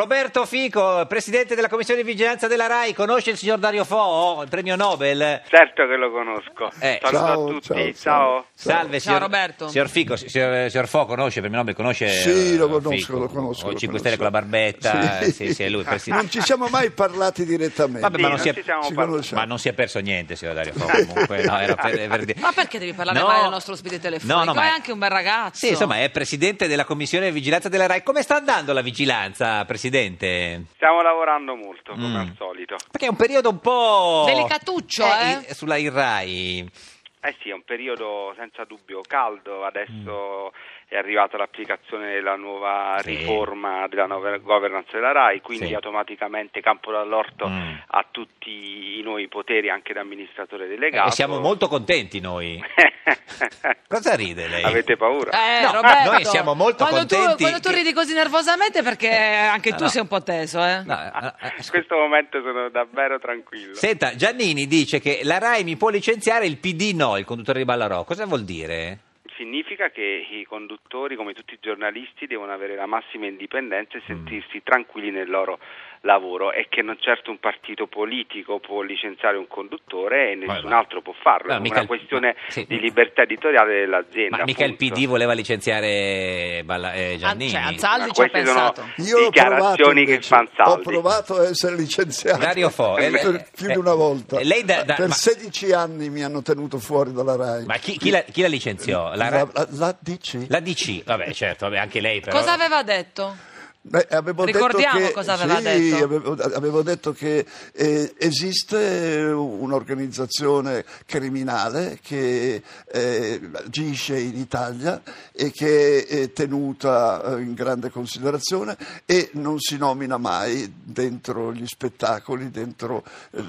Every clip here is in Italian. Roberto Fico, presidente della commissione di vigilanza della RAI, conosce il signor Dario Fo, oh, il premio Nobel? Certo che lo conosco. Eh. Saluto Ciao, a tutti. ciao, Ciao. ciao. Salve, Ciao, signor Roberto. Signor Fico, si- signor, signor Fo conosce il premio Nobel? Conosce? Sì, eh, lo conosco, Fico? lo conosco. Con lo 5 Stelle con conosco. la barbetta, Sì. eh, sì, sì, è lui. presi- Non ci siamo mai parlati direttamente. Vabbè, Sì, ma non non si è- ci siamo Ci parlati. conosciamo. Ma non si è perso niente, signor Dario Fo. Comunque, no, era per, per dire- Ma perché devi parlare No. male del nostro ospite telefonico? No, no, ma- è anche un bel ragazzo. Sì, insomma, è presidente della commissione di vigilanza della RAI. Come sta andando la vigilanza, presidente? Stiamo lavorando molto, come Mm. al solito. Perché è un periodo un po'. Delicatuccio, eh? i- Sulla IRAI. Eh sì, è un periodo senza dubbio caldo. Adesso è arrivata l'applicazione della nuova Mm. Sì. riforma della nuova governance della RAI, quindi Sì. automaticamente Campo dall'Orto Mm. ha tutti i nuovi poteri anche da amministratore E delegato. Eh, siamo molto contenti noi. Cosa ride lei? Avete paura? Eh, No, Roberto, noi siamo molto quando contenti Tu, quando tu che- Eh, ridi così nervosamente perché anche tu no. sei un po' teso, eh? No, eh, eh, In questo momento sono davvero tranquillo. Senta, Giannini dice che la RAI mi può licenziare, il PD no, il conduttore di Ballarò. Cosa vuol dire? Significa che i conduttori, come tutti i giornalisti, devono avere la massima indipendenza Mm. e sentirsi tranquilli nel loro lavoro e che non certo un partito politico può licenziare un conduttore e nessun ma- altro può farlo. ma È mica una il- questione ma- sì. di libertà editoriale dell'azienda. Ma mica il appunto. PD voleva licenziare Balla- eh, Giannini. Cioè, Ma Anzaldi ci ha queste sono pensato. Io ho provato, dichiarazioni che invece, fanno ho saldi. provato a essere licenziato Dario Fo, eh, per lei- più eh, di una volta. eh, lei da- da- per ma- 16 anni mi hanno tenuto fuori dalla RAI. Ma chi, chi la, chi la licenziò? La, La, Ra- la- la DC? la DC? Vabbè, certo, vabbè, anche lei però. Cosa aveva detto? Beh, avevo Ricordiamo detto che, cosa aveva sì, detto. Avevo, avevo detto che eh, esiste un'organizzazione criminale che eh, agisce in Italia e che è tenuta eh, in grande considerazione e non si nomina mai dentro gli spettacoli, dentro eh,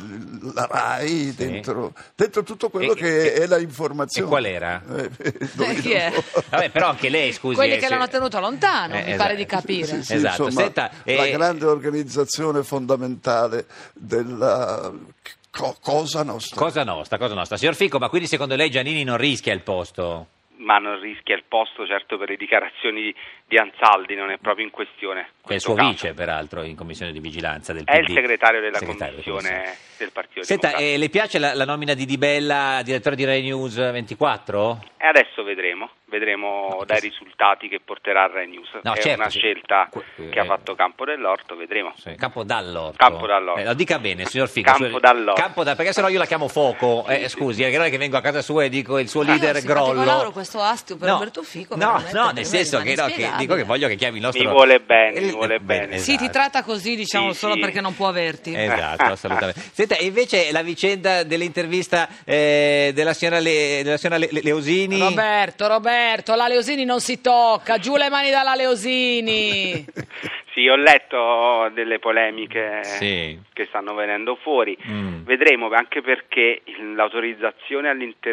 la RAI, dentro, dentro tutto quello E- che e- è la informazione. e qual era? Eh, Eh, chi è? Vabbè, però anche lei, scusi. Quelli eh, che se- l'hanno tenuto lontano, Eh, mi esatto. pare di capire. Sì, sì, Esatto, insomma, senta, la eh, grande organizzazione fondamentale della co- cosa nostra. Cosa nostra, cosa nostra. Signor Fico, ma quindi secondo lei Giannini non rischia il posto? Ma non rischia il posto, certo, per le dichiarazioni di Anzaldi, non è proprio in questione. Che è il questo suo caso. vice, peraltro, in commissione di vigilanza del PD. È il segretario della Segretario, commissione del Partito Senta, Democratico. eh, le piace la, la nomina di Di Bella, direttore di Rai News 24? E adesso vedremo, vedremo No, dai sì. risultati che porterà il Rai News. No, È certo, una sì. scelta Que- che ha eh. fatto Campo dell'Orto, vedremo. Sì, Campo dall'Orto. Campo dall'Orto. Eh, lo dica bene, signor Fico. Campo Su- dall'Orto. Campo da- perché sennò io la chiamo Foco. Eh, Scusi, eh, che non è che vengo a casa sua e dico il suo Allora, leader simpatico grollo. Lauro, questo astio per Roberto Fico, No, veramente, no, per me nel senso che, no, che rimane dico che inspiegabile. voglio che chiami il nostro. Mi vuole bene, mi Eh, vuole bene. Sì, ti esatto. tratta così, diciamo, Sì, solo sì. perché non può averti. Esatto, assolutamente. Senta, e invece la vicenda dell'intervista eh, della signora, Le- della signora Le- Le- Leosini. Roberto, Roberto, la Leosini non si tocca, giù le mani dalla Leosini. Sì, ho letto delle polemiche Sì. che stanno venendo fuori. Mm. Vedremo anche perché il- l'autorizzazione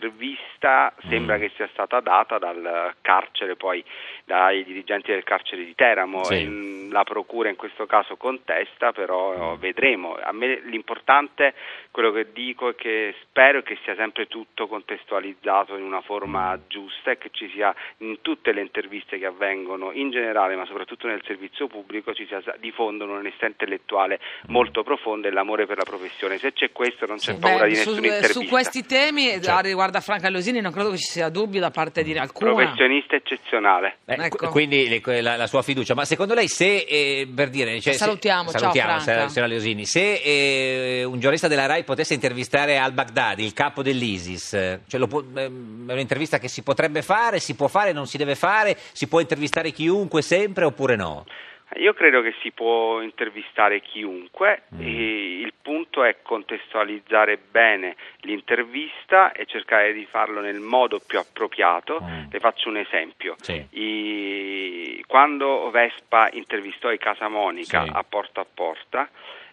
all'intervista sembra Mm. che sia stata data dal carcere, poi dai dirigenti del carcere di Teramo. Sì. Mm, La procura in questo caso contesta, però vedremo. A me l'importante, quello che dico è che spero è che sia sempre tutto contestualizzato in una forma giusta e che ci sia in tutte le interviste che avvengono in generale, ma soprattutto nel servizio pubblico, ci sia di fondo un'onestà intellettuale molto profonda e l'amore per la professione. Se c'è questo non c'è Beh, paura di su, nessuna eh, intervista. Cioè. su questi temi, eh, Certo. a riguardo a Franca Leosini, non credo che ci sia dubbio da parte di alcuno. Professionista eccezionale. Eh, qu- Ecco. quindi le- que- la, la sua fiducia, ma secondo lei se eh, per dire cioè, se- Salutiamo, ciao, salutiamo Franca. sa- signora Leosini, se eh, un giornalista della RAI potesse intervistare al-Baghdadi, il capo dell'ISIS, eh, cioè lo può- ehm, è un'intervista che si potrebbe fare, si può fare, non si deve fare, si può intervistare chiunque sempre oppure no? Io credo che si può intervistare chiunque, Mm. e il punto è contestualizzare bene l'intervista e cercare di farlo nel modo più appropriato. Mm. Le faccio un esempio. Sì. I- Quando Vespa intervistò i Casamonica Sì. a porta a porta,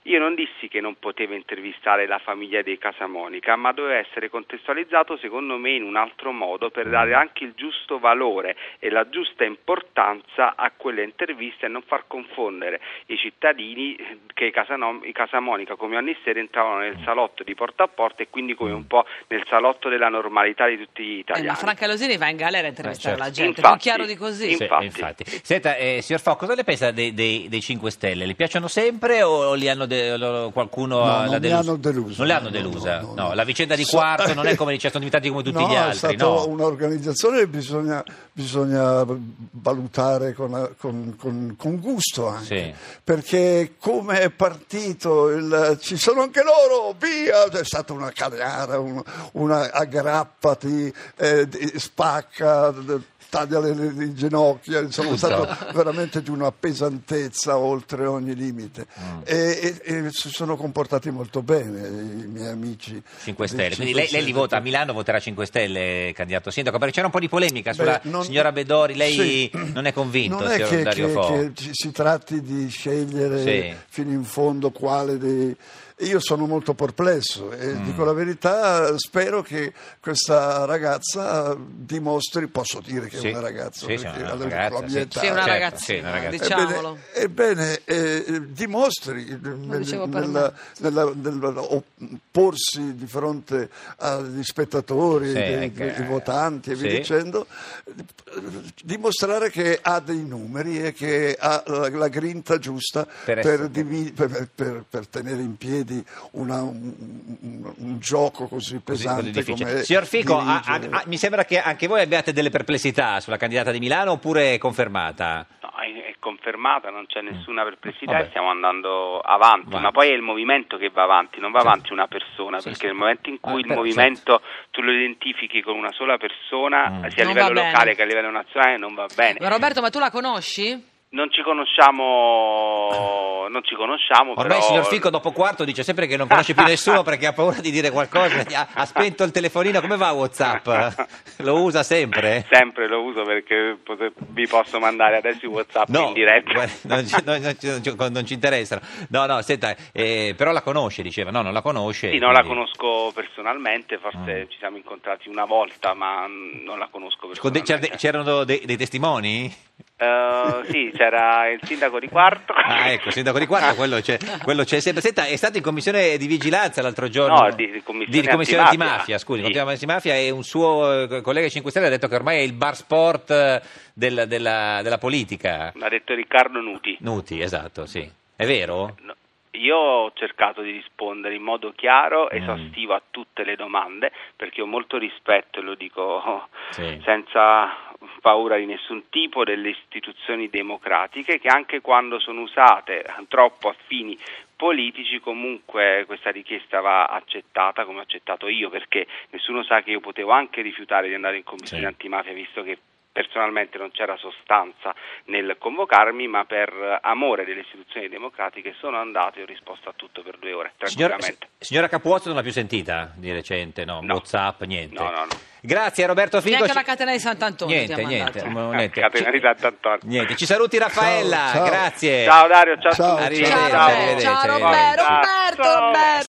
Io non dissi che non poteva intervistare la famiglia dei Casamonica, ma doveva essere contestualizzato secondo me in un altro modo Mm. per dare anche il giusto valore e la giusta importanza a quelle interviste e non far confondere i cittadini eh, che i, Casanom- i Casamonica come ogni sera entravano Mm. nel salotto di porta a porta e quindi come un po' nel salotto della normalità di tutti gli Eh, italiani. ma Franca Losini va in galera a intervistare Eh, certo. la gente, Infatti. più chiaro di così. Sì, infatti. Senta, eh, signor Fo, cosa ne pensa dei, dei- dei 5 Stelle? Le piacciono sempre o li hanno de- lo- qualcuno No, l'ha non mi delusa? hanno deluso. Non le hanno No, delusa? no, No, no, no. la vicenda di So- Quarto non è come li certo diventati come tutti No, gli è altri, stata no? un'organizzazione che bisogna, bisogna valutare con, con- con- con gusto Sì. anche, perché come è partito il ci sono anche loro, via, è stata una carriera, un- una aggrappati, eh, di- spacca, d- taglia le, le- le ginocchia, insomma è Tutto. stato veramente di una pesantezza oltre ogni limite Mm. e, e- e si sono comportati molto bene i miei amici. 5 dei Stelle, quindi Cinque lei, lei li Stelle. vota a Milano, voterà 5 Stelle, candidato sindaco, perché c'era un po' di polemica Beh, sulla non- signora Bedori, lei Sì. non è convinto, Non è signor che, Dario che- Fo? che ci- si tratti di scegliere Sì. fino in fondo quale dei... Io sono molto perplesso e Mm. dico la verità, spero che questa ragazza dimostri, posso dire che Sì. è una ragazza, Sì, sì, perché una alla- ragazza, alla mia sì. età- Sì, una Certo, ragazzina, sì, una ragazza. diciamolo. Ebbene, ebbene, eh, dimostri eh, nel- dicevo per nella, nella- nella- opporsi di fronte agli spettatori, Sì, dei- anche- dei votanti e via sì. dicendo, eh, dimostrare che ha dei numeri e che ha la, la grinta giusta Per per, essere- divi- per- per- per tenere in piedi una- un, un- un gioco così Così- così pesante difficile. come Signor Fico, a- a- dirigere. a- mi sembra che anche voi abbiate delle perplessità sulla candidata di Milano oppure è confermata? No, è è confermata, non c'è nessuna perplessità Mm. Vabbè. e stiamo andando avanti, Avanti. ma poi è il movimento che va avanti, non va Certo. avanti una persona, Sì, perché sì. nel momento in Ah, cui il però, movimento tu lo identifichi con una sola persona, Mm. sia a Non livello va bene. locale che a livello nazionale, non va bene. Ma Roberto, ma tu la conosci? Non ci conosciamo, non ci conosciamo, Ormai Oh, però... il signor Fico dopo quarto dice sempre che non conosce più nessuno perché ha paura di dire qualcosa, ha, ha spento il telefonino, come va Whatsapp? Lo usa sempre? eh. Sempre lo uso perché pote- vi posso mandare adesso i WhatsApp in diretta. guarda, non ci, non- non ci- non ci- non ci interessano. No, no, senta, eh, però la conosce, diceva, no, non la conosce. Sì, non la eh, quindi- Mm. conosco personalmente, forse ci siamo incontrati una volta, ma mm, non la conosco Con de- personalmente. c'era de- c'erano de- dei testimoni? Eh, sì, c'era il sindaco di Quarto. Ah, ecco, il sindaco di Quarto, quello c'è, quello c'è sempre. Senta, è stato in commissione di vigilanza l'altro giorno. No, di- di commissione di commissione di antimafia. mafia, scusi, Sì. commissione antimafia e un suo eh, collega 5 Stelle ha detto che ormai è il bar sport eh, del- della, della politica. L'ha detto Riccardo Nuti. Nuti, esatto, sì. È vero? No, Io ho cercato di rispondere in modo chiaro, Mm. esaustivo a tutte le domande, perché ho molto rispetto, e lo dico Sì. senza paura di nessun tipo, delle istituzioni democratiche che anche quando sono usate troppo a fini politici comunque questa richiesta va accettata come ho accettato io perché nessuno sa che io potevo anche rifiutare di andare in commissione Sì. antimafia visto che personalmente non c'era sostanza nel convocarmi ma per amore delle istituzioni democratiche sono andato e ho risposto a tutto per due ore Signora, tranquillamente signora Capuozzo non l'ha più sentita di recente, no? No. Whatsapp, niente. No, no, no. Grazie Roberto Fico. Neanche Ci- la catena di Sant'Antonio ti Niente, ha niente, mandato. mo- niente. Catena di Sant'Antonio. Niente, ci saluti Raffaella, Ciao, ciao. grazie. ciao Dario ciao, Ciao, a tutti ciao. Ciao, Arrivederci, Roberto, ciao arrivederci. Roberto, Roberto, Ciao. Roberto.